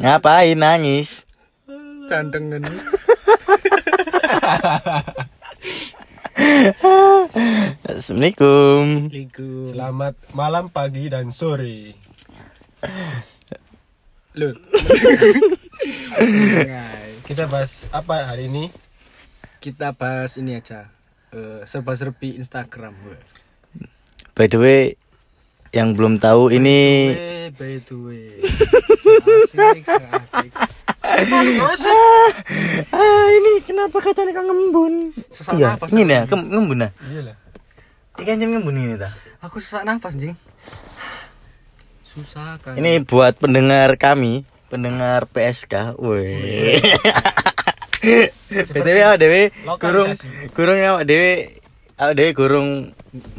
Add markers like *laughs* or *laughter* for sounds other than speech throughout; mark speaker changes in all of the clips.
Speaker 1: Ngapain nangis?
Speaker 2: Cantengan.
Speaker 1: Assalamualaikum.
Speaker 2: Liku.
Speaker 3: Selamat malam, pagi, dan sore.
Speaker 2: Lur.
Speaker 3: Kita bahas apa hari ini?
Speaker 2: Kita bahas ini aja. Eh, serba-serbi Instagram.
Speaker 1: Eh.
Speaker 2: Weh.
Speaker 1: By the way, yang belum tahu ini
Speaker 2: Eh, by the way. Asik, asik.
Speaker 1: ah ini kenapa kacanya kok ngembun?
Speaker 2: Sesak
Speaker 1: iya,
Speaker 2: nafas.
Speaker 1: ini ya, kem- ngembun nah.
Speaker 3: Iyalah.
Speaker 1: Ini kan jam ngembun ini ta.
Speaker 2: Aku sesak nafas, Jing. Susah kan.
Speaker 1: Ini buat pendengar kami, pendengar PSK. Woi.
Speaker 2: *laughs*
Speaker 1: BTW awak dewe kurung
Speaker 3: Lokalisasi.
Speaker 1: kurung ya, awak dewe awak dewe kurung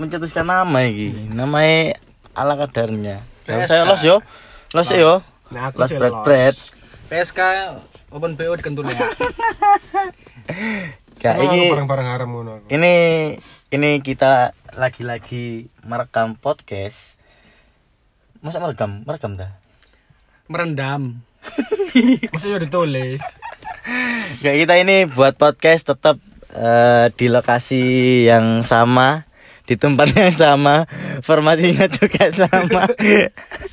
Speaker 1: mencetuskan nama iki. Namanya ala kadarnya. Nah,
Speaker 2: PSK.
Speaker 1: saya los yo. Los yo.
Speaker 3: Nah, aku
Speaker 1: Los
Speaker 3: sih
Speaker 1: pret
Speaker 3: los.
Speaker 1: pret.
Speaker 2: PSK Open BO dikentut ya.
Speaker 1: Ya,
Speaker 3: Semua
Speaker 1: ini-
Speaker 3: aku bareng-bareng haram ngono aku.
Speaker 1: Ini ini kita lagi-lagi merekam podcast. Masa merekam? Merekam dah.
Speaker 2: Merendam.
Speaker 3: Maksudnya ditulis.
Speaker 1: Enggak kita ini buat podcast tetap eh, di lokasi yang sama, di tempat *laughs* yang sama, formasinya juga sama. *laughs*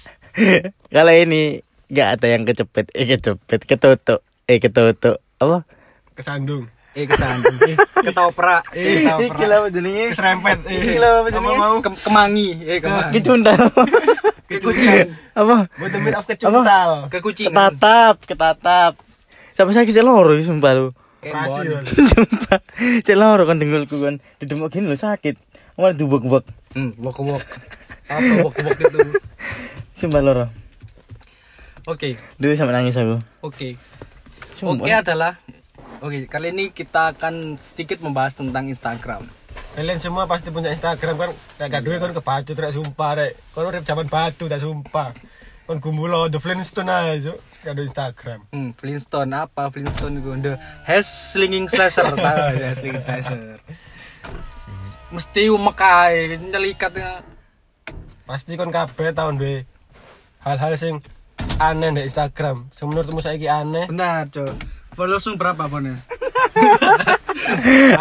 Speaker 1: Kalau ini nggak ada yang kecepet, eh kecepet, ketutuk, eh ketutuk. Apa?
Speaker 3: Kesandung.
Speaker 2: Eh kesan. Eh ketoprak. Eh
Speaker 1: Ini gila
Speaker 2: ketoprak.
Speaker 1: apa jenenge?
Speaker 3: Keserempet.
Speaker 1: Gila
Speaker 3: Eh.
Speaker 1: apa jenenge?
Speaker 2: Mau ke- kemangi. Eh kemangi.
Speaker 1: Kecundang. *laughs*
Speaker 2: Kekucing.
Speaker 1: apa?
Speaker 3: What the meat of kecuntal.
Speaker 2: Kekucing.
Speaker 1: Ketatap, ketatap. Sampai saya kisah loro iki, sumpah lu.
Speaker 3: Operasi.
Speaker 2: Kembon.
Speaker 1: Sumpah. Cek loro kan dengkulku kan. Didemok gini lho sakit. Malah dubek-bek.
Speaker 2: Hmm, wok wok. Apa wok wok itu?
Speaker 1: Sumpah loro.
Speaker 2: Oke,
Speaker 1: Duh sampe nangis aku.
Speaker 2: oke.
Speaker 1: Sumpah.
Speaker 2: Oke adalah Oke, kali ini kita akan sedikit membahas tentang Instagram.
Speaker 3: Kalian semua pasti punya Instagram kan? Kayak gak duit kan kebacut rek sumpah rek. Kon urip zaman batu tak sumpah. Kon gumulo the Flintstone aja. Cuk. Gak ada Instagram.
Speaker 2: Hmm, Flintstone apa? Flintstone itu the has slinging *laughs* slasher, tahu ya slinging slasher. Mesti umekai, nyelikatnya.
Speaker 3: Pasti kon kabeh tahun be hal-hal sing aneh di Instagram. Sing menurutmu saiki aneh.
Speaker 2: Benar, cok. Followersmu berapa, ya? Bonnya?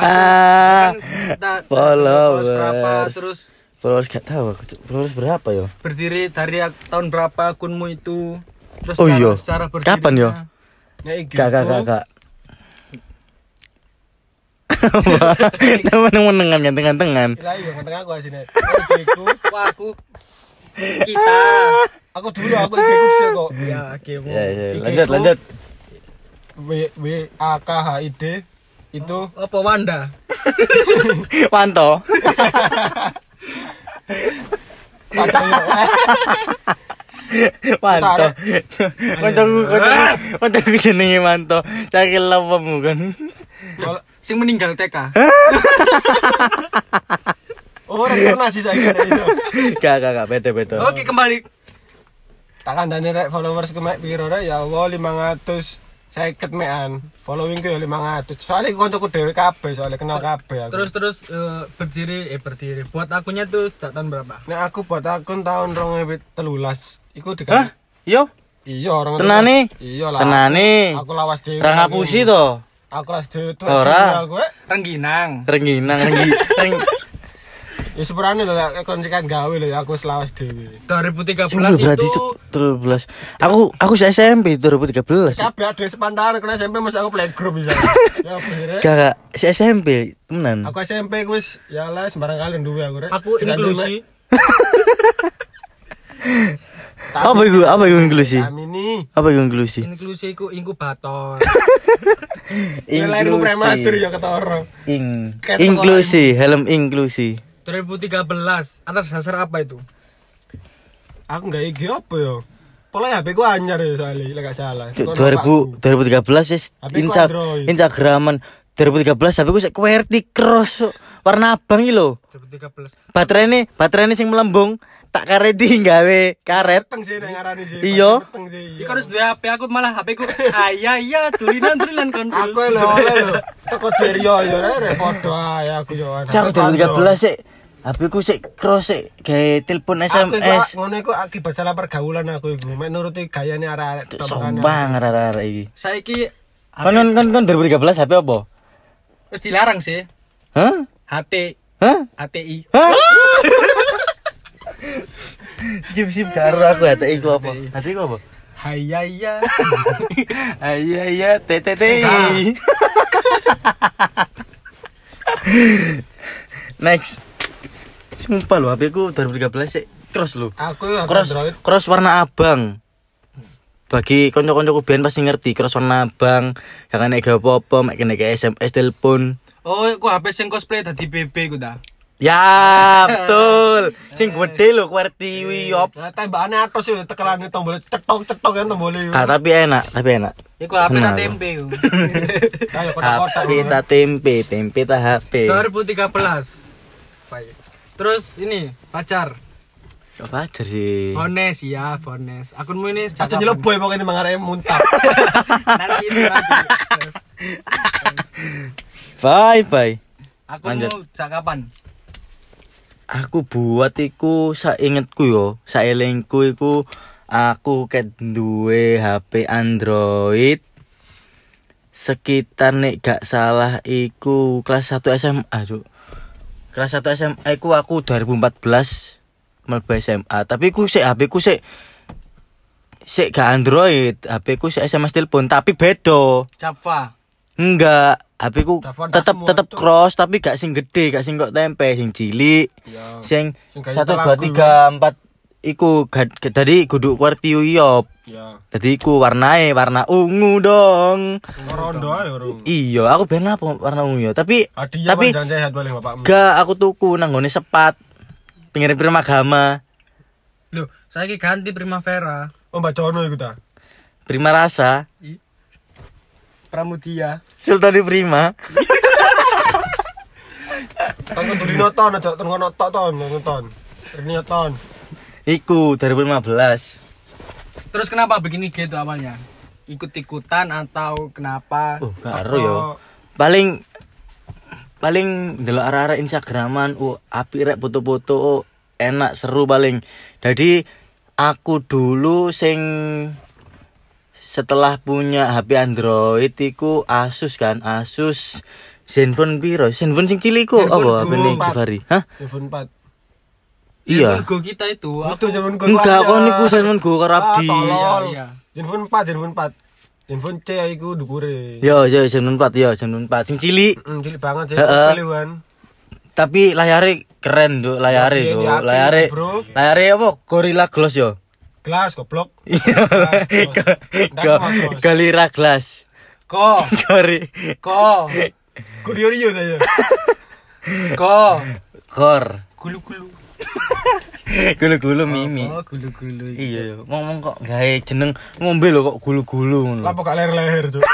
Speaker 1: Ah,
Speaker 2: *laughs* Followers berapa?
Speaker 1: followers.
Speaker 2: Terus
Speaker 1: Followers gak tahu aku. Cuk. Followers berapa yo?
Speaker 2: berdiri dari tahun berapa akunmu itu? Terus
Speaker 1: Oh,
Speaker 2: cara-
Speaker 1: iya.
Speaker 2: secara berdirinya.
Speaker 1: Kapan, yo?
Speaker 3: Ya iki.
Speaker 1: Gak gak gak gak. Temen menengan gantengan tengan.
Speaker 3: Lah iya ngenteng aku asine. Ikiku,
Speaker 2: Wah, aku kita.
Speaker 3: aku dulu aku ikiku sih kok.
Speaker 2: Ya, akhirmu.
Speaker 1: Ya ya
Speaker 3: Iki
Speaker 1: lanjut
Speaker 3: ku.
Speaker 1: lanjut.
Speaker 3: W W A K H I D itu
Speaker 2: Apa Wanda?
Speaker 1: Panto.
Speaker 3: Eh,
Speaker 1: Panto. Kancaku kancaku kancaku jenenge Manto. Cakil lawemu kan.
Speaker 3: Kalau-
Speaker 2: Sing meninggal TK.
Speaker 3: oh, orang pernah sih saiki gitu. nek itu.
Speaker 1: Gak gak gak beda beda.
Speaker 2: Oke, kembali.
Speaker 3: Tak kandani rek followers ku mek piro rek ya Allah 500 seket mean. Following ku ya 500. Soale koncoku dhewe kabeh, soalnya kenal kabeh aku.
Speaker 2: Terus terus eh, berdiri eh berdiri. Buat akunya tuh sejak tahun berapa?
Speaker 3: nek aku buat akun tahun 2013 iku
Speaker 1: Hah?
Speaker 3: dikasih
Speaker 1: Yo,
Speaker 3: Iya, orang
Speaker 1: Tenane?
Speaker 3: Iya lah.
Speaker 1: tenane.
Speaker 3: Aku lawas dhewe.
Speaker 1: Ra ngapusi to.
Speaker 3: Aku lawas dhewe. tuh, eh.
Speaker 1: Ora.
Speaker 3: Aku rek.
Speaker 2: Rengginang.
Speaker 1: Rengginang renggi. Reng...
Speaker 3: Ya sepurane lho lek kon cekan gawe lho ya, aku wis lawas dhewe.
Speaker 2: 2013
Speaker 1: Sumpah, berarti
Speaker 2: itu
Speaker 1: cuk, 13. Aku aku se- SMP 2013.
Speaker 3: Kabeh ade sepantaran kena SMP mesti aku
Speaker 1: *laughs*
Speaker 3: playgroup bisa. ya bener.
Speaker 1: Gak gak se- SMP temenan.
Speaker 3: Aku SMP ku wis ya lah sembarang kalian duwe aku rek.
Speaker 2: aku
Speaker 3: Cekan duwe,
Speaker 2: inklusi.
Speaker 1: Apa iku? Apa iku inklusi?
Speaker 3: Mek. Amini.
Speaker 1: Apa iku inklusi?
Speaker 2: Inklusi ku inkubator.
Speaker 3: Ya lahirmu prematur ya ketara.
Speaker 1: Ing-
Speaker 3: Kayak
Speaker 1: inklusi, helm inklusi.
Speaker 2: 2013 atas dasar apa itu?
Speaker 3: Aku gak iki apa ya? Pola HP ku anyar ya soalnya, lek gak salah.
Speaker 1: Cuk,
Speaker 3: Kon
Speaker 1: 2000 2013 wis
Speaker 3: Tapi ku
Speaker 1: insa
Speaker 3: Android.
Speaker 1: Instagraman 2013 tapi ku sik QWERTY cross cuk. warna abang iki lho.
Speaker 2: 2013.
Speaker 1: Baterai ini, baterai ini sing melembung tak karet gawe karet.
Speaker 3: peteng sih nek ngarani sih.
Speaker 1: Iya.
Speaker 3: Peteng sih. iya.
Speaker 2: Iku harus di HP aku malah HP ku ayah ya tulinan tulinan kontrol.
Speaker 3: Aku ya, lho oleh lho. Teko Deryo ya rek, rek, podo ae aku yo.
Speaker 1: Cak 2013 sik HP ku sik cross sik gawe telepon
Speaker 3: Aku iku, ah,
Speaker 1: SMS.
Speaker 3: ngono iku akibat salah pergaulan aku iku. Mek nuruti gayane arek-arek
Speaker 1: Duh,
Speaker 3: topokane.
Speaker 1: Sombong arek-arek iki.
Speaker 2: Saiki
Speaker 1: Kon kon kon kon 2013 HP apa?
Speaker 2: terus dilarang sih.
Speaker 1: Hah?
Speaker 2: HT
Speaker 1: Hah?
Speaker 2: HTI.
Speaker 1: Hah? Skip skip karo aku ya tadi iku apa? Tadi iku apa? *laughs* Ah, iya,
Speaker 2: Hayaya.
Speaker 1: Ayo ayo TTT. *laughs* Next. Sumpah lu HP ku 2013 sik cross lu.
Speaker 3: Aku yo
Speaker 1: cross
Speaker 3: Android.
Speaker 1: cross warna abang bagi konco-koncoku biyen pasti ngerti cross warna abang gak kena gawe apa-apa mek kena kayak SMS telepon
Speaker 2: Oh, ku HP sing cosplay dadi BB ku ta.
Speaker 1: ya
Speaker 3: *laughs*
Speaker 1: betul sing gede lho kuwerti wi op
Speaker 3: Nah, tembakane atos yo tekelane tombol cetok-cetok kan tombol yo.
Speaker 1: ah, tapi enak tapi enak
Speaker 2: Iku HP
Speaker 1: Seneng
Speaker 2: tak
Speaker 1: aku.
Speaker 2: tempe.
Speaker 1: *laughs*
Speaker 2: ku.
Speaker 3: Kayak kotak-kotak.
Speaker 1: HP tak tempe tempe tak HP
Speaker 2: 2013. Terus ini pacar.
Speaker 1: apa aja sih
Speaker 2: Bones ya, Bones. Akunmu ini sejak
Speaker 3: Aja
Speaker 2: kapan?
Speaker 3: nyeleboy pokoknya emang arek muntah.
Speaker 2: *laughs* Nanti ini nanti.
Speaker 1: bye bye
Speaker 2: Akunmu
Speaker 1: Lanjut.
Speaker 2: sejak kapan?
Speaker 1: aku buat iku saingetku yo saelingku iku aku ket duwe HP Android sekitar nek gak salah iku kelas 1 SMA Cuk. kelas 1 SMA iku aku 2014 mlebu SMA tapi ku sik HP ku sik sik gak Android HP ku sik SMS telepon tapi bedo
Speaker 2: Java.
Speaker 1: enggak HP ku
Speaker 3: Telepon tak
Speaker 1: tetep
Speaker 3: semua,
Speaker 1: tetep
Speaker 3: Cuk.
Speaker 1: cross tapi gak sing gede gak sing kok tempe sing cilik
Speaker 3: Ya.
Speaker 1: sing
Speaker 3: Oh. Sing kayu
Speaker 1: satu dua
Speaker 3: telagu,
Speaker 1: tiga empat iku gad, gad- dari guduk kuartiu yop
Speaker 3: Ya.
Speaker 1: jadi iku warnae warna ungu dong
Speaker 3: Rondo ae ora.
Speaker 1: iya aku ben apa warna ungu ya tapi
Speaker 3: Hadiah
Speaker 1: tapi
Speaker 3: panjang sehat boleh bapakmu.
Speaker 1: gak aku tuku nang nggone sepat pinggir pinggir magama
Speaker 2: Loh, saya ganti Primavera.
Speaker 3: Oh Mbak Jono iku ta.
Speaker 1: prima rasa
Speaker 2: Pramudia.
Speaker 1: sultan di prima
Speaker 3: Tonton Durino ton aja ton ngono tok ton nonton. Ini ton.
Speaker 1: iku 2015
Speaker 2: Terus kenapa begini gitu awalnya? Ikut-ikutan atau kenapa?
Speaker 1: oh karo yo paling paling delok arah-arah Instagraman oh api rek foto-foto oh, enak seru paling jadi aku dulu sing setelah punya HP Android iku Asus kan Asus Zenfone piro Zenfone sing cilik iku
Speaker 2: Zenfone
Speaker 1: Oh, apa HP-ne
Speaker 3: empat.
Speaker 1: Givari hah
Speaker 3: iPhone 4.
Speaker 1: iya
Speaker 2: Go kita itu.
Speaker 3: Itu
Speaker 2: Aku
Speaker 3: jaman gua.
Speaker 1: enggak kon niku Zenfone go karo
Speaker 3: Ah,
Speaker 1: Abdi
Speaker 3: tolol.
Speaker 2: Iya,
Speaker 3: Handphone 4, handphone 4. Handphone C iku dukure.
Speaker 1: yo yo Zenfone 4 yo Zenfone 4 sing cilik
Speaker 3: Mm, cilik banget sih
Speaker 1: Heeh.
Speaker 3: pilihan.
Speaker 1: tapi layare keren tuh
Speaker 3: Tapi
Speaker 1: layare tuh
Speaker 3: ini api,
Speaker 1: layare
Speaker 3: bro.
Speaker 1: layare apa Gorilla Glass yo
Speaker 3: Gelas
Speaker 1: *laughs*
Speaker 3: goblok.
Speaker 1: Iya, Go- Gorilla Glass
Speaker 2: Ko,
Speaker 1: Gori
Speaker 2: ko,
Speaker 3: Kuriorio ta ya.
Speaker 2: ko.
Speaker 1: *laughs* Gor
Speaker 2: Gulu-gulu.
Speaker 1: Gulu-gulu mimi
Speaker 2: Oh, gulu-gulu.
Speaker 1: Iya yo ngomong kok gawe jeneng ngombe lho kok gulu-gulu ngono
Speaker 3: Lapo gak leher-leher, Cuk.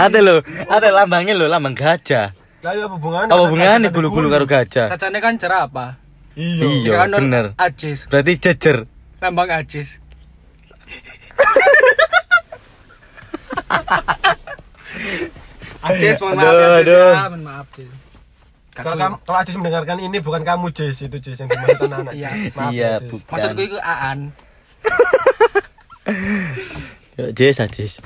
Speaker 1: Ate lho ate lambangnya lho lambang gajah
Speaker 3: Lah ya apa hubungannya?
Speaker 1: Apa hubungannya gulu-gulu karo gajah
Speaker 2: Sacane kan jerapah.
Speaker 3: Iya.
Speaker 1: Iya,
Speaker 2: Ikan non
Speaker 1: bener.
Speaker 2: Ajis,
Speaker 1: Berarti jejer
Speaker 2: lambang ajis. ajis, mohon maaf ya,
Speaker 1: Aduh,
Speaker 2: Ajis
Speaker 1: aduh.
Speaker 2: ya, mohon maaf Jis.
Speaker 3: Kalau kamu kalau Ajis mendengarkan ini bukan kamu Jis, itu Jis yang dimaksud anak.
Speaker 2: Iya.
Speaker 1: Iya
Speaker 3: Bu.
Speaker 2: Maksudku
Speaker 1: bukan
Speaker 2: itu Aan.
Speaker 1: Yo jis ajis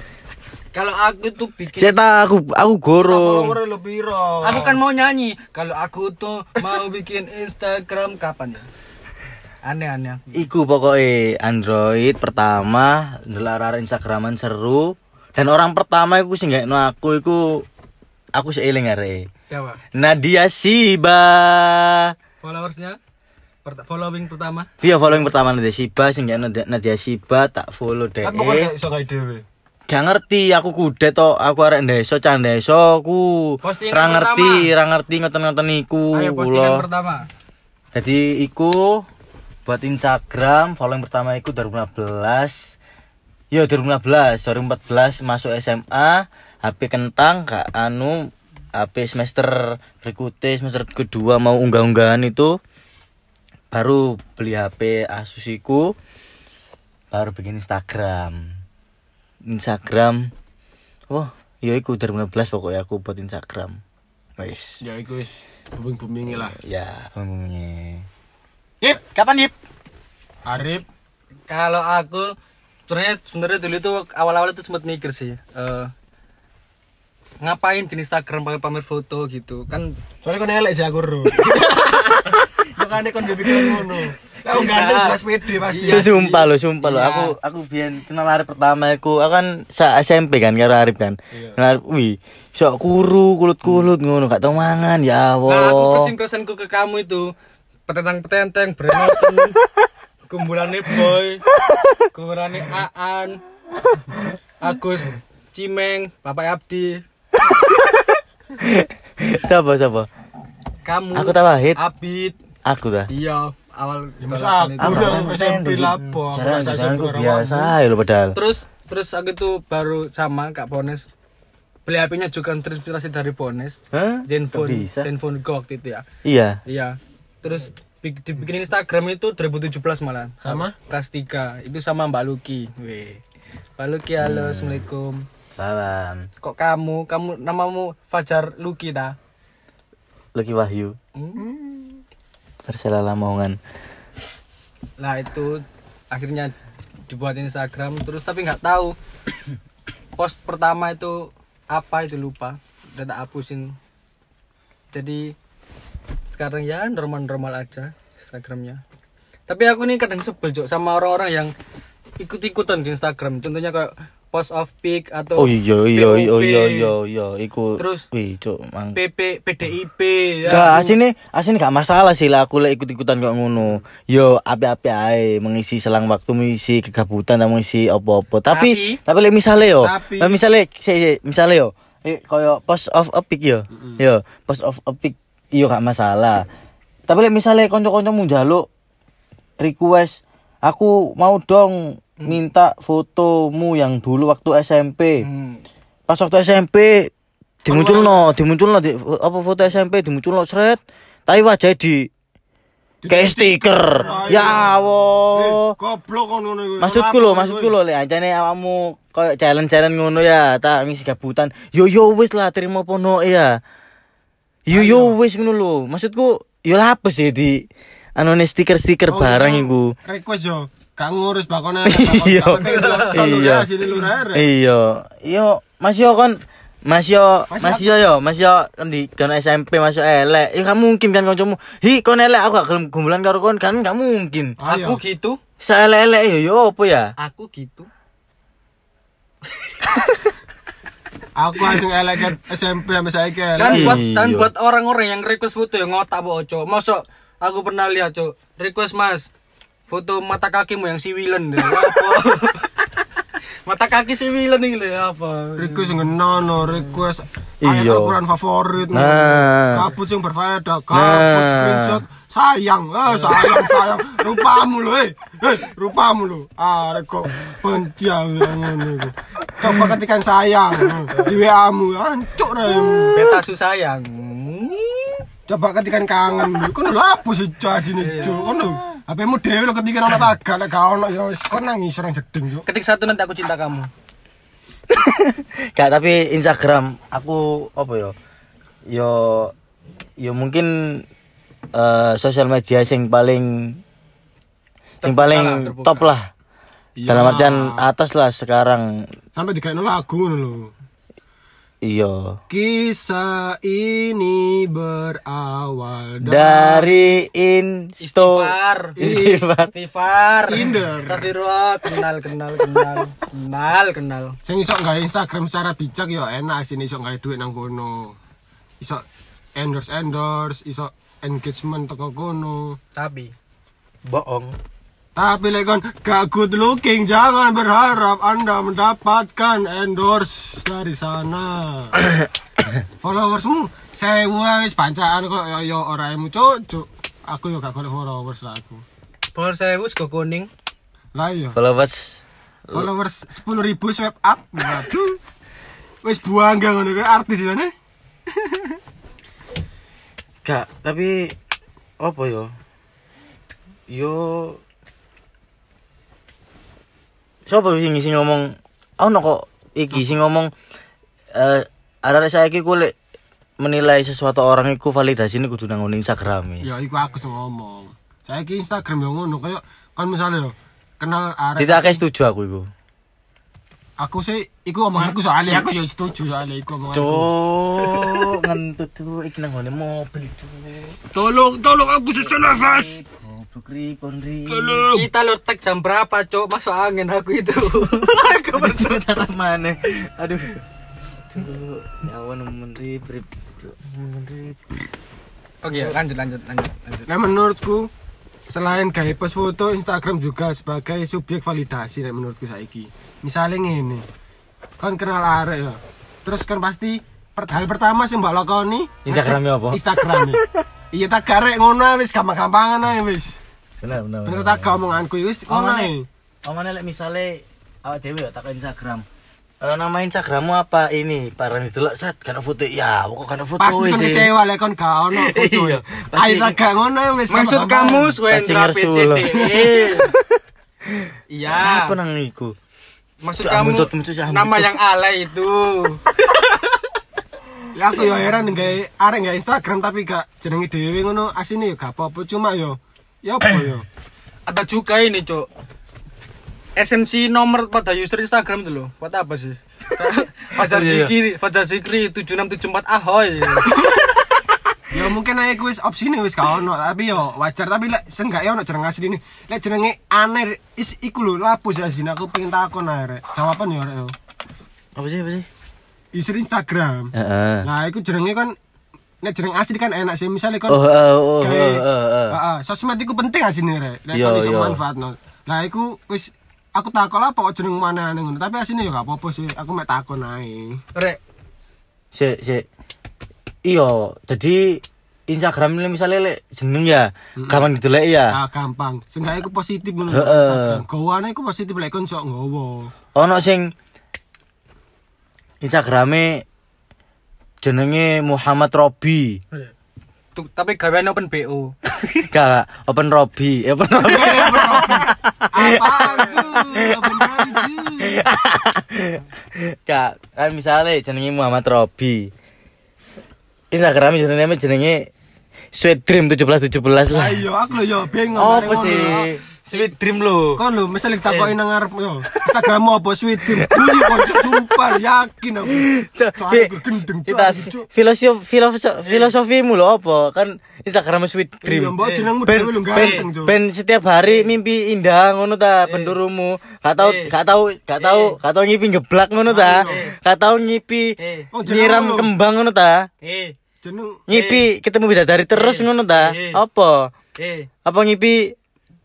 Speaker 2: Kalau aku tuh bikin
Speaker 1: Seta aku aku gorong
Speaker 3: Follower lu piro?
Speaker 2: Aku kan mau nyanyi. Kalau aku tuh mau bikin Instagram kapan ya? Aneh-aneh aku.
Speaker 1: Iku pokoknya Android pertama ndelar Instagraman seru dan orang pertama iku sing gaekno aku iku aku seiling arek
Speaker 2: Siapa?
Speaker 1: Nadia Siba
Speaker 2: Followersnya? Pert- following pertama?
Speaker 1: dia following pertama Nadia Siba sing gaekno Nadia- Nadia Siba tak follow deh
Speaker 3: kan bukan gak iso gawe dhewe.
Speaker 1: gak ngerti aku kudet to aku arek ndeso can deso aku
Speaker 2: Postingan
Speaker 1: ra ngerti
Speaker 2: pertama.
Speaker 1: ra ngerti ngoten-ngoten iku
Speaker 2: Ayo
Speaker 1: lho.
Speaker 2: postingan pertama.
Speaker 1: Jadi iku buat Instagram following pertama iku 2015. Yo 2015, 2014 masuk SMA, HP kentang gak anu HP semester berikutnya semester kedua mau unggah-unggahan itu baru beli HP Asus iku baru bikin Instagram. Instagram. Oh, yo iku 2015 pokoknya aku buat Instagram. Wis.
Speaker 3: Ya iku wis booming-booming lah.
Speaker 1: Ya, bangunnya.
Speaker 3: Yip,
Speaker 1: Kapan, Yip?
Speaker 3: Arif
Speaker 2: Kalau aku sebenarnya sebenarnya dulu itu awal-awal itu sempat mikir sih. eh, ngapain di Instagram pakai pamer foto gitu kan
Speaker 3: Soalnya kon elek sih aku *laughs* ro. Makane
Speaker 2: kan
Speaker 3: kon gak pikiran ngono. Iya. Lah wong
Speaker 2: Bisa.
Speaker 3: ganteng jelas pede pasti.
Speaker 1: Itu Ya, sumpah lo, sumpah
Speaker 2: Iya.
Speaker 1: lo. Aku aku biyen kenal Arif pertama aku, aku kan sa SMP kan karo Arif kan.
Speaker 2: Iya.
Speaker 1: Kenal Arif, wih, sok kuru, kulut-kulut ngono, gak tau mangan ya
Speaker 2: Hmm. Nah, aku
Speaker 1: Allah.
Speaker 2: first impressionku ke kamu itu petentang-petenteng, brenosen, kumpulannya boy, kumpulannya Aan, Agus, Cimeng, Bapak Abdi,
Speaker 1: *laughs* Siapa siapa?
Speaker 2: kamu,
Speaker 1: Aku tahu Wahid.
Speaker 2: Abid,
Speaker 1: Aku dah.
Speaker 2: iya awal
Speaker 3: Ya,
Speaker 2: tolakan
Speaker 3: Masa aku
Speaker 2: itu.
Speaker 3: udah SMP lapo,
Speaker 1: Jarang
Speaker 3: masa
Speaker 1: jarang
Speaker 3: SMP
Speaker 1: aku
Speaker 3: orang
Speaker 1: biasa ya lo padahal.
Speaker 2: Terus terus aku itu baru sama Kak Pones beli HP-nya juga terinspirasi dari Pones,
Speaker 1: Hah? Kok
Speaker 2: Zenfone,
Speaker 1: Bisa.
Speaker 2: Zenfone Go waktu itu ya,
Speaker 1: Iya.
Speaker 2: iya. Terus bik- dibikin Instagram itu 2017 malah.
Speaker 3: Sama?
Speaker 2: kelas 3 itu sama Mbak Luki. Weh. Mbak Luki halo, Assalamualaikum.
Speaker 1: Salam.
Speaker 2: Kok kamu, kamu namamu Fajar Luki ta?
Speaker 1: Lucky Wahyu.
Speaker 2: Hmm?
Speaker 1: Persela Lamongan.
Speaker 2: Lah itu akhirnya dibuat Instagram terus tapi nggak tahu post pertama itu apa itu lupa udah tak hapusin jadi sekarang ya normal-normal aja Instagramnya tapi aku nih kadang sebel Jok, sama orang-orang yang ikut-ikutan di Instagram contohnya kayak post of pic atau
Speaker 1: Oh iya iya iya
Speaker 2: POP.
Speaker 1: iya iya iya iku.
Speaker 2: Terus?
Speaker 1: wih, cuk, mang.
Speaker 2: PP PDIP
Speaker 1: Gak, asini, asini gak masalah sih lah aku lek ikut-ikutan kok ngono. Yo, api-api ae mengisi selang waktu mengisi kegabutan dan mengisi opo-opo. Tapi tapi,
Speaker 2: Tapi-
Speaker 1: lek misale yo,
Speaker 3: Tapi-
Speaker 1: lek misale sik, sik, misale yo, eh, koyo post of a pic yo. Yo, post of a pic yo gak masalah. Tapi lek misale kanca-kancamu njaluk request aku mau dong minta fotomu yang dulu waktu SMP
Speaker 2: Hmm.
Speaker 1: pas waktu SMP dimunculno dimunculno di, apa foto SMP dimunculno seret tapi wajah di kayak stiker ya
Speaker 3: Eh,
Speaker 1: wo
Speaker 3: Goblok kon ngono iku.
Speaker 1: maksudku lo maksudku lo lek ancane awakmu koyo challenge challenge ngono ya tak ngisi gabutan yo yo wis lah terima pono ya yo yo wis ngono lo maksudku yo lapes ya di anu stiker stiker barang iku
Speaker 3: Oh, Request yo. Gak ngurus
Speaker 1: *laughs*
Speaker 3: bakone.
Speaker 1: Iya. Iya.
Speaker 3: Iya. Sini lu rere.
Speaker 1: Iya, yo Mas yo kon Mas yo, Mas yo yo, Mas yo di kon SMP masuk elek. Ya gak mungkin kan kancamu. Hi, kon elek aku gak gelem gumbulan karo kon kan gak mungkin.
Speaker 2: aku gitu
Speaker 1: Saelek-elek yo yo apa
Speaker 2: *laughs*
Speaker 1: ya?
Speaker 2: aku gitu
Speaker 3: Aku langsung elek jan SMP sampai saiki elek.
Speaker 2: dan Kan buat
Speaker 1: Iya.
Speaker 2: dan buat orang-orang yang request foto yang ngotak bawa cok masuk aku pernah lihat cok request mas foto mata kakimu yang siwilen deh apa *laughs* mata kaki siwilen ini deh apa
Speaker 3: Request ngenono, request
Speaker 1: Iya.
Speaker 3: ayat ukuran favorit.
Speaker 1: Nah.
Speaker 3: Kabut sing berfaedah, kabut
Speaker 1: Nah.
Speaker 3: screenshot. Sayang, eh sayang, sayang. Rupamu lo, eh. Eh, rupamu lo. Arek kok benci aku yang ngono iku. Coba ketikan sayang eh, di WA-mu, hancur raimu.
Speaker 2: beta susayang
Speaker 3: Coba ketikan kangen, kono lho hapus aja sini, Cuk. Kono HP-mu dhewe lo ketikan ora tagak lek gak ono ya wis kon nangis orang jeding, Cuk.
Speaker 2: ketik satu nanti aku cinta kamu
Speaker 1: Gak tapi Instagram aku apa yo? Yo yo mungkin eh sosial media sing paling sing paling
Speaker 2: lah, terbuka.
Speaker 1: top lah. Dalam artian atas lah sekarang.
Speaker 3: Sampai digaeno lagu ngono lho.
Speaker 1: Iya.
Speaker 3: Kisah ini berawal
Speaker 1: Dari Insto
Speaker 2: istighfar
Speaker 1: Istighfar.
Speaker 2: istighfar
Speaker 3: Tinder.
Speaker 2: Astagfirullah. kenal kenal kenal kenal kenal
Speaker 3: Sing iso gawe Instagram secara bijak ya enak sini iso gawe duit nang kono. Iso endorse endorse, iso engagement teko kono.
Speaker 2: tapi bohong
Speaker 3: Tapi lek kon gak good looking jangan berharap Anda mendapatkan endorse dari sana. Followersmu sewa wis pancaan kok yo yo ora emu cuk. Aku yo gak golek followers lah aku.
Speaker 2: Pohon saya gue kuning
Speaker 3: Lah iya.
Speaker 1: Kalau pas
Speaker 3: followers sepuluh ribu swipe up waduh wes buang gak ngono kayak artis ya nih
Speaker 1: Gak, tapi apa yo? Yo Sopo sing sing ngomong ono kok iki sing ngomong eh arek saya iki ku lek menilai sesuatu orang iku validasi ini kudu nang ngone Instagram. ya.
Speaker 3: Ya iku aku sing ngomong. Saiki Instagram yo ngono koyo kon misale yo kenal arek
Speaker 1: Tidak akeh setuju aku iku.
Speaker 3: aku sih iku omonganku soalnya aku yo setuju soalnya iku omonganku.
Speaker 1: Cuk, ngentut tuh iki nang ngone mobil tuh.
Speaker 3: Tolong tolong aku sesak nafas.
Speaker 1: Goblok ri kon ri.
Speaker 2: Kita lo tag jam berapa, Cok? Masuk angin aku *laughs* itu. aku
Speaker 1: Aduh, darah *laughs* mana? Aduh. Tuh, nyawa nemen ri brip. Cuk, nemen ri.
Speaker 2: Oke, lanjut lanjut lanjut lanjut.
Speaker 3: Nah menurutku selain gaya post foto Instagram juga sebagai subjek validasi nek menurutku saiki. Misalnya ngene. Kon kenal arek ya. Terus kan pasti per- hal pertama sing mbak lakoni
Speaker 1: Instagramnya apa? *laughs*
Speaker 3: Instagram. Iya tak karek ngono wis gampang-gampangan ae wis.
Speaker 1: Benar, benar.
Speaker 3: Bener tak gak omonganku wis ngono
Speaker 1: Omongane-
Speaker 3: ae.
Speaker 1: Omane lek misale awak dhewe ya takon Instagram. Eh, nama Instagrammu apa ini? Parang didelok set kan foto. Ya, kok kan foto
Speaker 3: Pasti
Speaker 1: wis,
Speaker 3: kon
Speaker 1: eh.
Speaker 3: kecewa lek kon gak
Speaker 1: *laughs*
Speaker 3: ono foto.
Speaker 1: Iya,
Speaker 3: ya.
Speaker 1: pasti.
Speaker 3: Ayo tak gak ngono wis
Speaker 2: Maksud
Speaker 3: gampang-gampang.
Speaker 2: kamu Swendra
Speaker 1: Pasti ngersul.
Speaker 2: *laughs* PCDE. Iya.
Speaker 1: Apa nang iku?
Speaker 2: Maksud
Speaker 1: Cuk,
Speaker 2: kamu
Speaker 1: ambutut, ambutut, ambutut.
Speaker 2: nama yang alay itu.
Speaker 3: Ya aku yo heran gawe arek gawe Instagram tapi gak jenenge dhewe ngono asine yo gak apa-apa cuma yo ya apa yo.
Speaker 2: Atau juga ini, Cok. Esensi nomor pada user Instagram itu loh. Buat apa
Speaker 1: *laughs*
Speaker 2: sih? Fajar
Speaker 1: Iya, iya.
Speaker 2: Zikri, Fajar Zikri 7674
Speaker 1: *laughs*
Speaker 2: ahoy.
Speaker 3: Ya mungkin ae kuwi wis opsine wis gak ono tapi yo wajar tapi lek seenggaknya ono jeneng asline. Lek jenenge aneh is iku lho lapus ya sini aku pengen takon ae rek. Jawaban yo rek yo.
Speaker 1: Apa sih? Apa sih?
Speaker 3: User Instagram.
Speaker 1: Heeh.
Speaker 3: Nah, iku jenenge kan nek jeneng asli kan enak sih misalnya kon
Speaker 1: Oh, oh, oh, oh,
Speaker 3: Kayak-
Speaker 1: oh, oh.
Speaker 3: Heeh, sosmed iku penting asine rek. Nek
Speaker 1: Iya,
Speaker 3: kon iso
Speaker 1: iya.
Speaker 3: manfaatno. Lah iku wis aku takon lah pokok jeneng mana ngono. Tapi asine yo gak apa-apa sih. Aku mek takon ae.
Speaker 2: Rek,
Speaker 1: Sik, sik. Iya, jadi Instagram ini misalnya lek jeneng ya, gampang didelok ya.
Speaker 3: Ah gampang. Seenggaknya iku positif ngono.
Speaker 1: Heeh.
Speaker 3: Instagram. Gawane iku positif lek kon sok nggowo.
Speaker 1: Ono sing Instagrame jenenge Muhammad
Speaker 3: *laughs*
Speaker 1: Robi.
Speaker 2: tu- tapi gawean open BO.
Speaker 1: Gak, Open Robi. *laughs* Eh, Open Robi.
Speaker 3: Apa itu? Benar itu.
Speaker 1: Kak, kan misalnya jenenge Muhammad Robi. Instagram jenenge jenenge Sweet Dream 1717 lah.
Speaker 3: Ayo aku lho yo bingung.
Speaker 1: Oh, apa
Speaker 3: bareng ngono,
Speaker 1: sih? Eh.
Speaker 3: lho.
Speaker 1: Sweet Dream lo.
Speaker 3: Kon lho misalnya ditakoki nang ngarep yo. Instagrammu apa sweet dream? Kuyu kon jumpa yakin aku. *laughs* Soalnya aku gendeng
Speaker 1: Kita
Speaker 3: cuk.
Speaker 1: filosofi filosofi filosofimu lo apa? Kan Instagram Sweet
Speaker 3: Iya,
Speaker 1: Dream.
Speaker 3: mbok jenengmu
Speaker 1: Ben,
Speaker 3: dhewe lho
Speaker 1: ben,
Speaker 3: ganteng, Cuk. Iya.
Speaker 1: ben setiap hari mimpi indah ngono ta pendurumu. Gak tau
Speaker 2: Eh.
Speaker 1: gak tau gak tau gak tau ngipi ngeblak ngono ta. Gak tau ngipi
Speaker 2: Eh.
Speaker 3: Oh, jeneng
Speaker 1: nyiram
Speaker 3: lo.
Speaker 1: kembang ngono ta.
Speaker 2: Eh,
Speaker 3: Jeneng
Speaker 1: Ngipi ketemu bidadari terus ngono ta.
Speaker 2: Eh.
Speaker 1: Apa?
Speaker 2: eh.
Speaker 1: Apa ngipi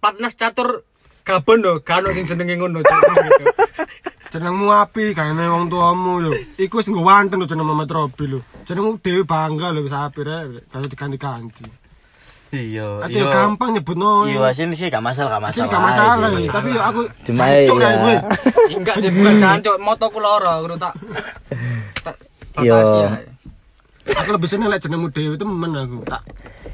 Speaker 2: Platnas catur Gabon loh, gak ono sing jenenge ngono. Cok.
Speaker 3: jenengmu api kayane wong tuamu yo. Iku wis nggo wanten lho jeneng Muhammad Robi lho. Jenengmu dhewe bangga lho wis api rek. Kayak diganti-ganti.
Speaker 1: Iya,
Speaker 3: Ati yo gampang nyebut no.
Speaker 1: Iya, sini sih gak masalah, gak
Speaker 3: Asli
Speaker 1: masalah.
Speaker 3: Oh, gak masalah,
Speaker 1: Iya,
Speaker 3: yo. tapi yo aku
Speaker 1: Cuma
Speaker 3: Cuk,
Speaker 1: ya.
Speaker 3: dah, gue.
Speaker 2: Enggak sih, bukan jancok, motoku loro ngono tak. tak-
Speaker 1: Iya.
Speaker 2: batasi ya.
Speaker 3: Aku lebih seneng lek jenengmu dhewe temen aku. Tak.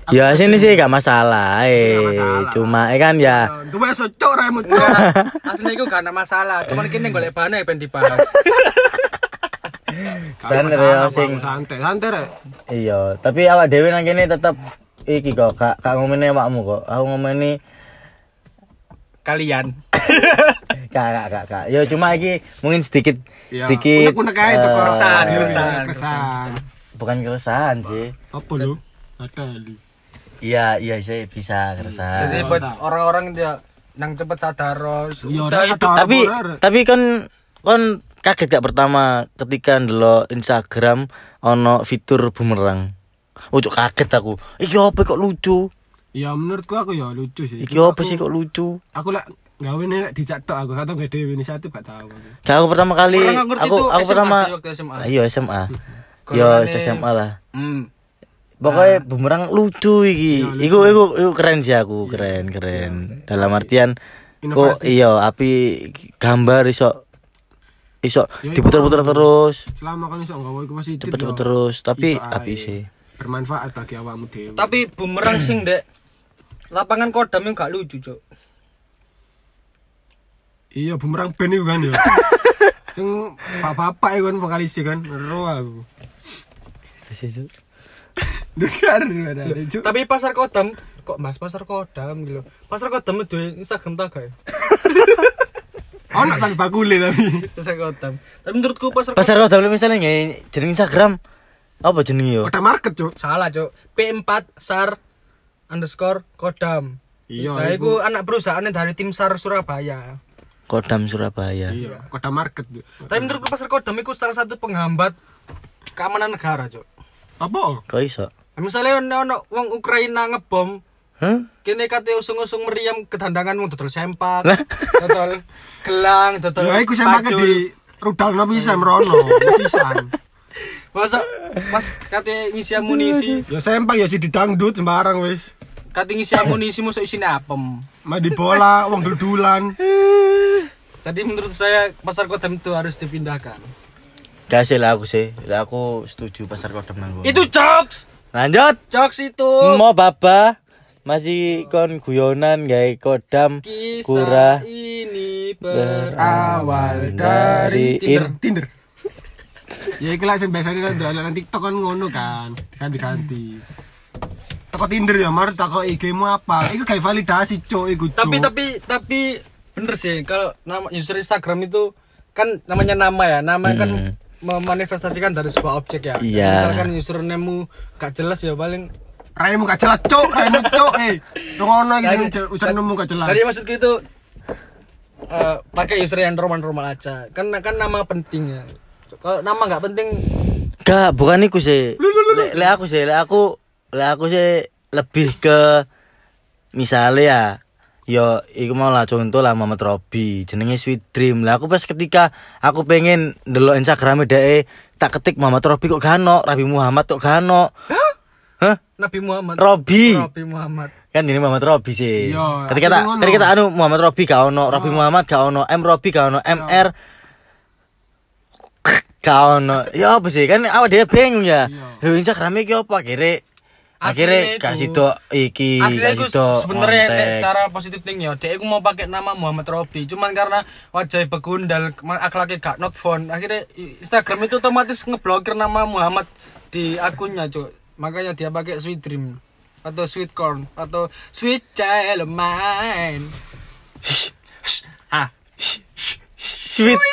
Speaker 1: Ya sini sih gak masalah, eh.
Speaker 3: masalah.
Speaker 1: Cuma eh kan ya
Speaker 3: Duwe so cuk raimu cuk.
Speaker 1: *laughs*
Speaker 2: Asli iku gak ada masalah, cuman kene golek bahan ae ben dibahas.
Speaker 1: Dan
Speaker 3: Gak ada
Speaker 1: kan Reo,
Speaker 3: masalah,
Speaker 1: ya, sing-
Speaker 3: Bang. santai, santai rek.
Speaker 1: iya, tapi awak dhewe nang kene tetep iki kok kak kak ngomeni awakmu kok. Aku *laughs* ngomeni
Speaker 2: Kalian.
Speaker 1: kak kak kak kak. Yo cuma iki mungkin sedikit
Speaker 3: Ya,
Speaker 1: sedikit
Speaker 3: unek-unek ae itu
Speaker 1: eh,
Speaker 2: Keresahan, keresahan,
Speaker 3: kesan
Speaker 2: keresahan.
Speaker 3: kesan
Speaker 1: bukan keresahan sih.
Speaker 3: apa lu ada lu
Speaker 1: Iya, iya sih bisa keresahan.
Speaker 2: Jadi buat orang-orang itu ya nang cepet sadar terus.
Speaker 3: Iya,
Speaker 2: Udah,
Speaker 3: ada-
Speaker 2: itu
Speaker 3: ada-
Speaker 1: tapi
Speaker 3: Arab-arab.
Speaker 1: tapi kan kon kaget gak pertama ketika ndelok Instagram ono fitur bumerang. Oh, cuk, kaget aku. Iki apa kok lucu?
Speaker 3: ya menurutku aku ya lucu sih
Speaker 1: Iki apa sih kok lucu?
Speaker 3: aku lah gawe nih lek dijak tok aku kata gede inisiatif gak tahu aku.
Speaker 1: Nah, aku pertama kali
Speaker 2: Orang nggak ngerti
Speaker 1: aku
Speaker 2: itu
Speaker 1: aku
Speaker 2: SMA
Speaker 1: pertama Ah,
Speaker 2: sih, waktu SMA.
Speaker 1: Ayo
Speaker 2: *laughs*
Speaker 1: SMA.
Speaker 2: Kalau
Speaker 1: Yo
Speaker 2: aneh-
Speaker 1: SMA lah.
Speaker 2: Hmm. Ah.
Speaker 1: Pokoknya bumerang lucu iki. Iku iku iku keren sih aku, keren keren. Dalam artian kok iya api gambar iso iso
Speaker 3: Ya, itu
Speaker 1: diputer-puter terus.
Speaker 3: selama kan iso nggawa iku positif
Speaker 1: cepet
Speaker 3: ya,
Speaker 1: terus tapi
Speaker 3: iso ae.
Speaker 1: api sih
Speaker 3: bermanfaat bagi awakmu dhewe
Speaker 2: Tapi bumerang sing dek lapangan kodam yang gak lucu, Cok.
Speaker 3: iya bumerang band iku
Speaker 1: *laughs*
Speaker 3: kan ya sing bapak-bapak iku kan vokalis kan ero aku Dengar mana kan, ada cuk.
Speaker 2: Tapi pasar kodam kok bahas pasar kodam gitu. Pasar kodam itu Instagram tak gak ya?
Speaker 3: Ono tapi bakule tapi.
Speaker 2: Pasar kodam. Tapi menurutku pasar,
Speaker 1: Pasar Kodam lu misalnya nge jeneng Instagram apa jenenge yo?
Speaker 3: Kota market cuk.
Speaker 2: kodam salah, Cuk. P4 sar underscore kodam.
Speaker 3: Iya,
Speaker 2: Nah, iku anak perusahaan dari tim SAR Surabaya.
Speaker 1: Kodam Surabaya.
Speaker 3: Iya, kota market cuk.
Speaker 2: Tapi menurutku pasar kodam itu salah satu penghambat keamanan negara, Cuk.
Speaker 3: Apa?
Speaker 1: Kok iso?
Speaker 2: Nah, Misalnya ono ono wong Ukraina ngebom,
Speaker 1: Hah?
Speaker 2: kene kate usung-usung meriam kedandangan wong dodol sempak, dodol gelang, dodol
Speaker 3: Ya iku saya pakai di rudal no bisa merono, pisan.
Speaker 2: Masa pas kate ngisi amunisi,
Speaker 3: Ya sempak ya si dangdut sembarang wis.
Speaker 2: kate ngisi amunisi masuk isine apem.
Speaker 3: Main di bola, wong dudulan.
Speaker 2: Jadi menurut saya pasar kodam itu harus dipindahkan.
Speaker 1: Kasih lah aku sih. Lah aku setuju Pasar Kodam nang kono.
Speaker 2: Itu jokes,
Speaker 1: lanjut.
Speaker 2: jokes itu.
Speaker 1: Mo baba masih kon guyonan gawe kodam
Speaker 2: Kisah
Speaker 1: kurah
Speaker 2: ini ber
Speaker 3: Awal
Speaker 1: dari in
Speaker 3: Tinder. ya iku lah sing biasanya kan dalan TikTok kan ngono kan, ganti-ganti. Toko Tinder ya, mar toko IG-mu apa? Iku kayak validasi, cok, iku cok.
Speaker 2: tapi tapi tapi bener sih kalau nama user Instagram itu kan namanya nama ya nama kan memanifestasikan dari sebuah objek ya
Speaker 1: Hmm. Iya.
Speaker 2: misalkan username-mu gak jelas ya paling
Speaker 3: Raimu gak jelas, cok, raimu cok, eh. Ngono iki sing je- username-mu gak jelas.
Speaker 2: tadi maksudku itu eh, pakai user yang normal-normal aja kan kan nama penting ya kalau nama nggak penting
Speaker 1: Gak, bukan iku sih. Lek lek aku sih, lek aku lek aku sih lebih ke misalnya ya Yo, iku mau lah contoh lah Mamat Robi, jenenge Sweet Dream. Lah aku pas ketika aku pengen ndelok Instagram e dhek tak ketik Mamat Robi kok gano, Rabi Muhammad kok gano. Hah?
Speaker 2: Nabi Muhammad
Speaker 1: Robi.
Speaker 2: Nabi Muhammad
Speaker 1: Kan ini Muhammad Robi sih.
Speaker 3: Iya,
Speaker 1: ketika tak
Speaker 3: asli ngono.
Speaker 1: ketika tak anu Muhammad Robi gak ono, Robi Muhammad gak ono, M Robi gak ono, MR gak ono. Ya apa sih? Kan awak dia bingung ya.
Speaker 3: Iya.
Speaker 1: Lu Instagram iki apa akhirnya akhirnya
Speaker 2: Aslinya
Speaker 1: kasih
Speaker 2: itu-
Speaker 1: tok iki,
Speaker 2: Aslinya itu
Speaker 1: kasih tok
Speaker 2: sebenarnya nek
Speaker 1: kontak.
Speaker 2: secara positif thing ya, dia itu mau pakai nama Muhammad Robi, cuman karena wajah begundal, ma- akhlaknya gak not fun, akhirnya i- Instagram itu otomatis ngeblokir nama Muhammad di akunnya cuk, makanya dia pakai Sweet Dream atau Sweet Corn atau Sweet Child of Mine. ah,
Speaker 1: sweet.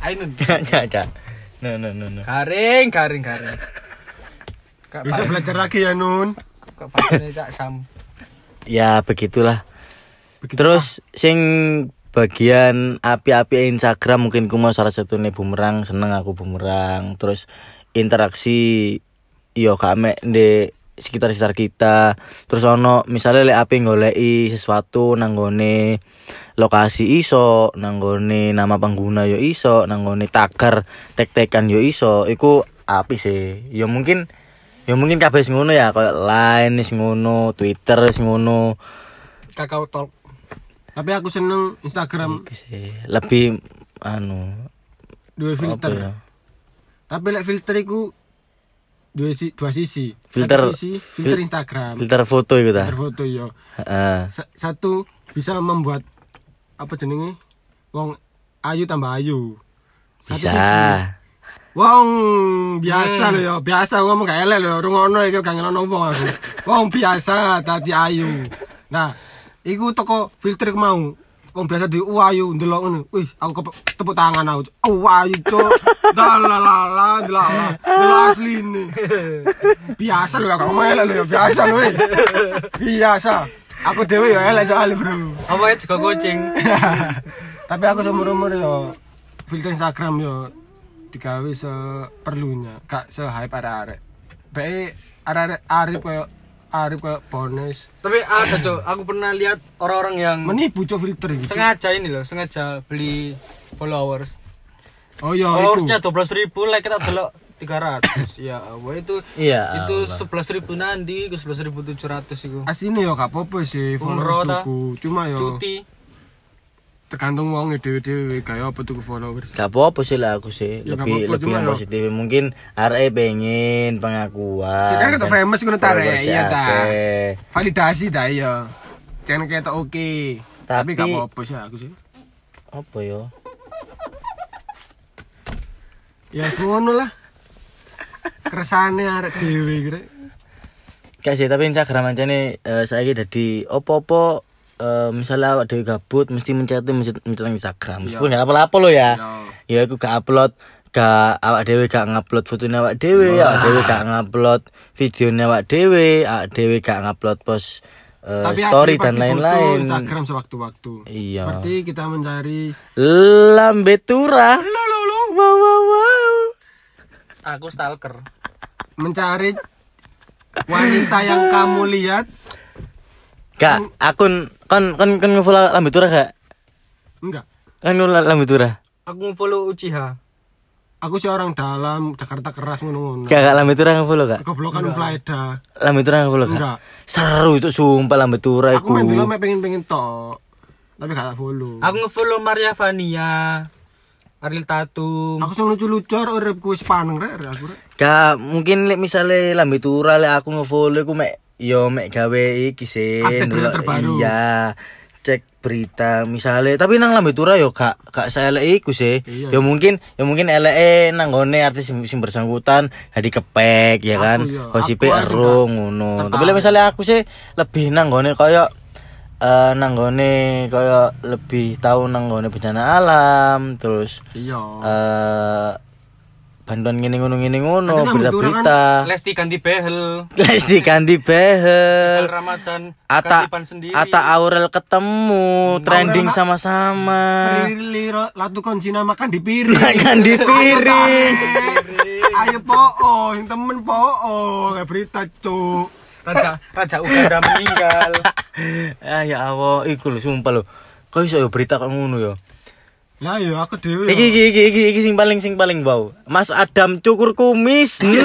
Speaker 2: Ainun,
Speaker 1: Gak gak, gak. No no no no.
Speaker 2: garing, garing, garing. Kak
Speaker 3: Bisa belajar lagi ya, Nun.
Speaker 2: Kak Pak Cak Sam.
Speaker 1: Ya begitulah.
Speaker 3: Begitu
Speaker 1: Terus sing bagian api-api Instagram mungkin ku mau salah satu nih bumerang seneng aku bumerang terus interaksi yo kame di sekitar sekitar kita terus ono misalnya lek api goleki sesuatu nanggone lokasi iso nanggone nama pengguna yo iso nanggone tagar tek-tekan yo iso iku api sih yo mungkin yo mungkin kabeh wis ngono ya koyo line wis ngono twitter wis ngono
Speaker 2: Kakao Talk.
Speaker 3: Tapi aku seneng Instagram
Speaker 1: Iki sih, lebih anu apa
Speaker 3: dua
Speaker 1: ya?
Speaker 3: filter. Tapi lek filter iku dua, si- dua sisi.
Speaker 1: Filter-
Speaker 3: Satu sisi filter
Speaker 1: fil-
Speaker 3: Instagram.
Speaker 1: Filter foto itu ta.
Speaker 3: Filter foto yo.
Speaker 1: Heeh.
Speaker 3: Sa- satu bisa membuat apa jenenge wong ayu tambah ayu
Speaker 1: Bisa.
Speaker 3: satu sisi wong biasa lho yo biasa wong ngomong gak elek lho rungono iki gak ngelono wong aku wong biasa tadi ayu nah iku toko filter ku mau wong biasa di "Wah, ayu ndelok ngono wih aku kepe- tepuk tangan aku "Oh, ayu cok dalalala dalalala delok asline biasa lho gak ngomong elek lho yo biasa lho weh. biasa aku dewe yo elek soal bro
Speaker 2: Apa itu juga kucing?
Speaker 3: tapi aku seumur umur yo filter Instagram yo digawe seperlunya gak se hype arek-arek bae arek-arek arif koyo arif koyo bonus
Speaker 2: Tapi ada cok, aku pernah lihat orang-orang yang
Speaker 3: menipu cok filter iki Cok.
Speaker 2: sengaja ini loh, sengaja beli followers.
Speaker 3: oh yo
Speaker 2: Followersnya dua belas ribu, like kita delok tiga
Speaker 1: *laughs*
Speaker 2: ratus. Ya, wah itu
Speaker 1: Iya,
Speaker 2: itu sebelas ribu nanti, ke sebelas ribu tujuh ratus itu.
Speaker 3: asine yo gak apa-apa sih
Speaker 2: Umroh
Speaker 3: followers
Speaker 2: ta?
Speaker 3: tuku cuma yo
Speaker 2: Cuti.
Speaker 3: tergantung wong dhewe-dhewe kayak apa tuku followers
Speaker 1: Gak apa-apa sih lah aku sih,
Speaker 3: Ya, gak
Speaker 1: lebih
Speaker 3: apa-apa,
Speaker 1: lebih
Speaker 3: cuma
Speaker 1: yang
Speaker 3: ya.
Speaker 1: positif. Mungkin arek pengen pengakuan.
Speaker 3: Cek kan kita famous ngono ta, Rek?
Speaker 1: followersnya
Speaker 3: Iya, ta.
Speaker 1: akeh.
Speaker 3: validasi ta yo jangan kayak oke tapi
Speaker 1: Tapi-
Speaker 3: gak apa-apa sih aku sih
Speaker 1: Apa yo?
Speaker 3: ya semono lah keresane arek dhewe kira.
Speaker 1: Kayak sih tapi Instagram aja nih eh, saya dadi opo-opo eh, misalnya awak dhewe gabut mesti mencet mencet, mencet Instagram.
Speaker 3: Iya.
Speaker 1: Meskipun gak apa-apa lo ya. Ya aku gak upload gak awak dhewe gak ngupload fotone awak
Speaker 3: Iya.
Speaker 1: dhewe, awak dhewe gak ngupload videone awak dhewe, awak dhewe gak ngupload post eh,
Speaker 3: Tapi
Speaker 1: story
Speaker 3: akhirnya
Speaker 1: dan
Speaker 3: pasti butuh
Speaker 1: lain-lain.
Speaker 3: Instagram sewaktu-waktu.
Speaker 1: Iya.
Speaker 3: Seperti kita mencari
Speaker 1: Lambe turah. Wow wow wow.
Speaker 2: Aku stalker.
Speaker 3: mencari wanita yang kamu lihat
Speaker 1: Gak, akun kon kon kon ngefollow lambe turah gak?
Speaker 3: enggak.
Speaker 1: Kan ngefollow lambe turah.
Speaker 2: Aku follow Uchiha.
Speaker 3: Aku sih orang dalam Jakarta keras ngono-ngono.
Speaker 1: Gak gak lambe turah ngefollow gak?
Speaker 3: Keblokan Flida.
Speaker 1: Lambe turah ngefollow gak?
Speaker 3: Enggak.
Speaker 1: Seru itu sumpah lambe turah
Speaker 3: Aku
Speaker 1: iku.
Speaker 3: main dulu main pengen-pengen tok. Tapi gak tak follow.
Speaker 2: Aku ngefollow Maria Vania. Ariel Tatum.
Speaker 3: Aku sing lucu-lucu uripku wis paneng rek rek, aku rek.
Speaker 1: Gak mungkin lek misale lambe turah lek aku ngefollow iku mek yo mek gawe iki sih.
Speaker 3: Update berita
Speaker 1: ndelok-
Speaker 3: terbaru.
Speaker 1: Iya. Cek berita misale tapi nang lambe turah yo gak gak saelek iku sih.
Speaker 3: Iya.
Speaker 1: Yo mungkin yo mungkin eleke nang gone artis sing sing bersangkutan jadi kepek ya kan.
Speaker 3: iya.
Speaker 1: Gosipe
Speaker 3: Aku aja
Speaker 1: ero ngono. Tapi lek misale aku sih lebih nang gone koyo eh nang gone koyo lebih tahu nang gone bencana alam terus
Speaker 3: Iya.
Speaker 1: eh bantuan gini ngono gini ngono
Speaker 3: Padahal
Speaker 1: berita
Speaker 3: Madura kan
Speaker 1: berita
Speaker 2: Lesti ganti behel.
Speaker 1: *laughs* les diganti
Speaker 2: Al
Speaker 1: behel
Speaker 2: Ramadan
Speaker 1: Ata
Speaker 2: katipan sendiri.
Speaker 1: Ata Aurel ketemu trending sama-sama *laughs*
Speaker 3: Liro latu koncina makan di piring.
Speaker 1: kan di piring *laughs*
Speaker 3: Ayo poo, yang temen poo, kayak berita cuk.
Speaker 2: Raja Raja Uganda
Speaker 1: *laughs*
Speaker 2: meninggal.
Speaker 1: ah ya Allah iku lho sumpah lho kok iso yo berita kok ngono yo
Speaker 3: Lah yo aku dhewe.
Speaker 1: iki iki iki iki iki sing paling sing paling bau Mas Adam cukur kumis Hmm.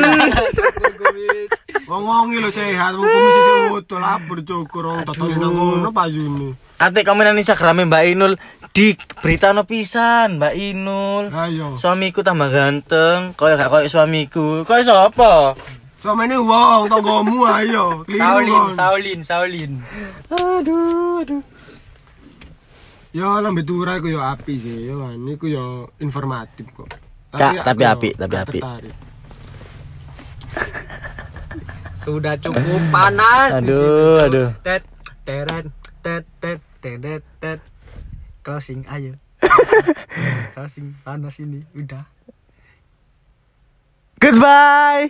Speaker 3: Wong-wong iki lho sehat, wong kumis isih utuh, labur cukur wong dodol nang ngono payune.
Speaker 1: Ate komen nang Instagram Mbak Inul di berita no pisan Mbak Inul
Speaker 3: Lah yo.
Speaker 1: suamiku tambah ganteng koyo gak koyo suamiku koyo sapa
Speaker 3: Samene wong tanggomu ayo.
Speaker 2: Saulin,
Speaker 3: Keliru kon.
Speaker 2: Saulin, Saulin.
Speaker 1: aduh aduh
Speaker 3: Yo lambe turai ku yo api sih, yo ini ku yo informatif kok.
Speaker 1: Kak, tapi
Speaker 3: aku yo
Speaker 1: api, tapi
Speaker 3: gak
Speaker 1: api.
Speaker 3: tertarik.
Speaker 2: Sudah cukup panas di
Speaker 1: Aduh,
Speaker 2: sini, Cuk.
Speaker 1: aduh.
Speaker 2: Tet teret tet tet teret tet. Closing
Speaker 1: *laughs*
Speaker 2: ayo. Closing panas ini udah.
Speaker 1: goodbye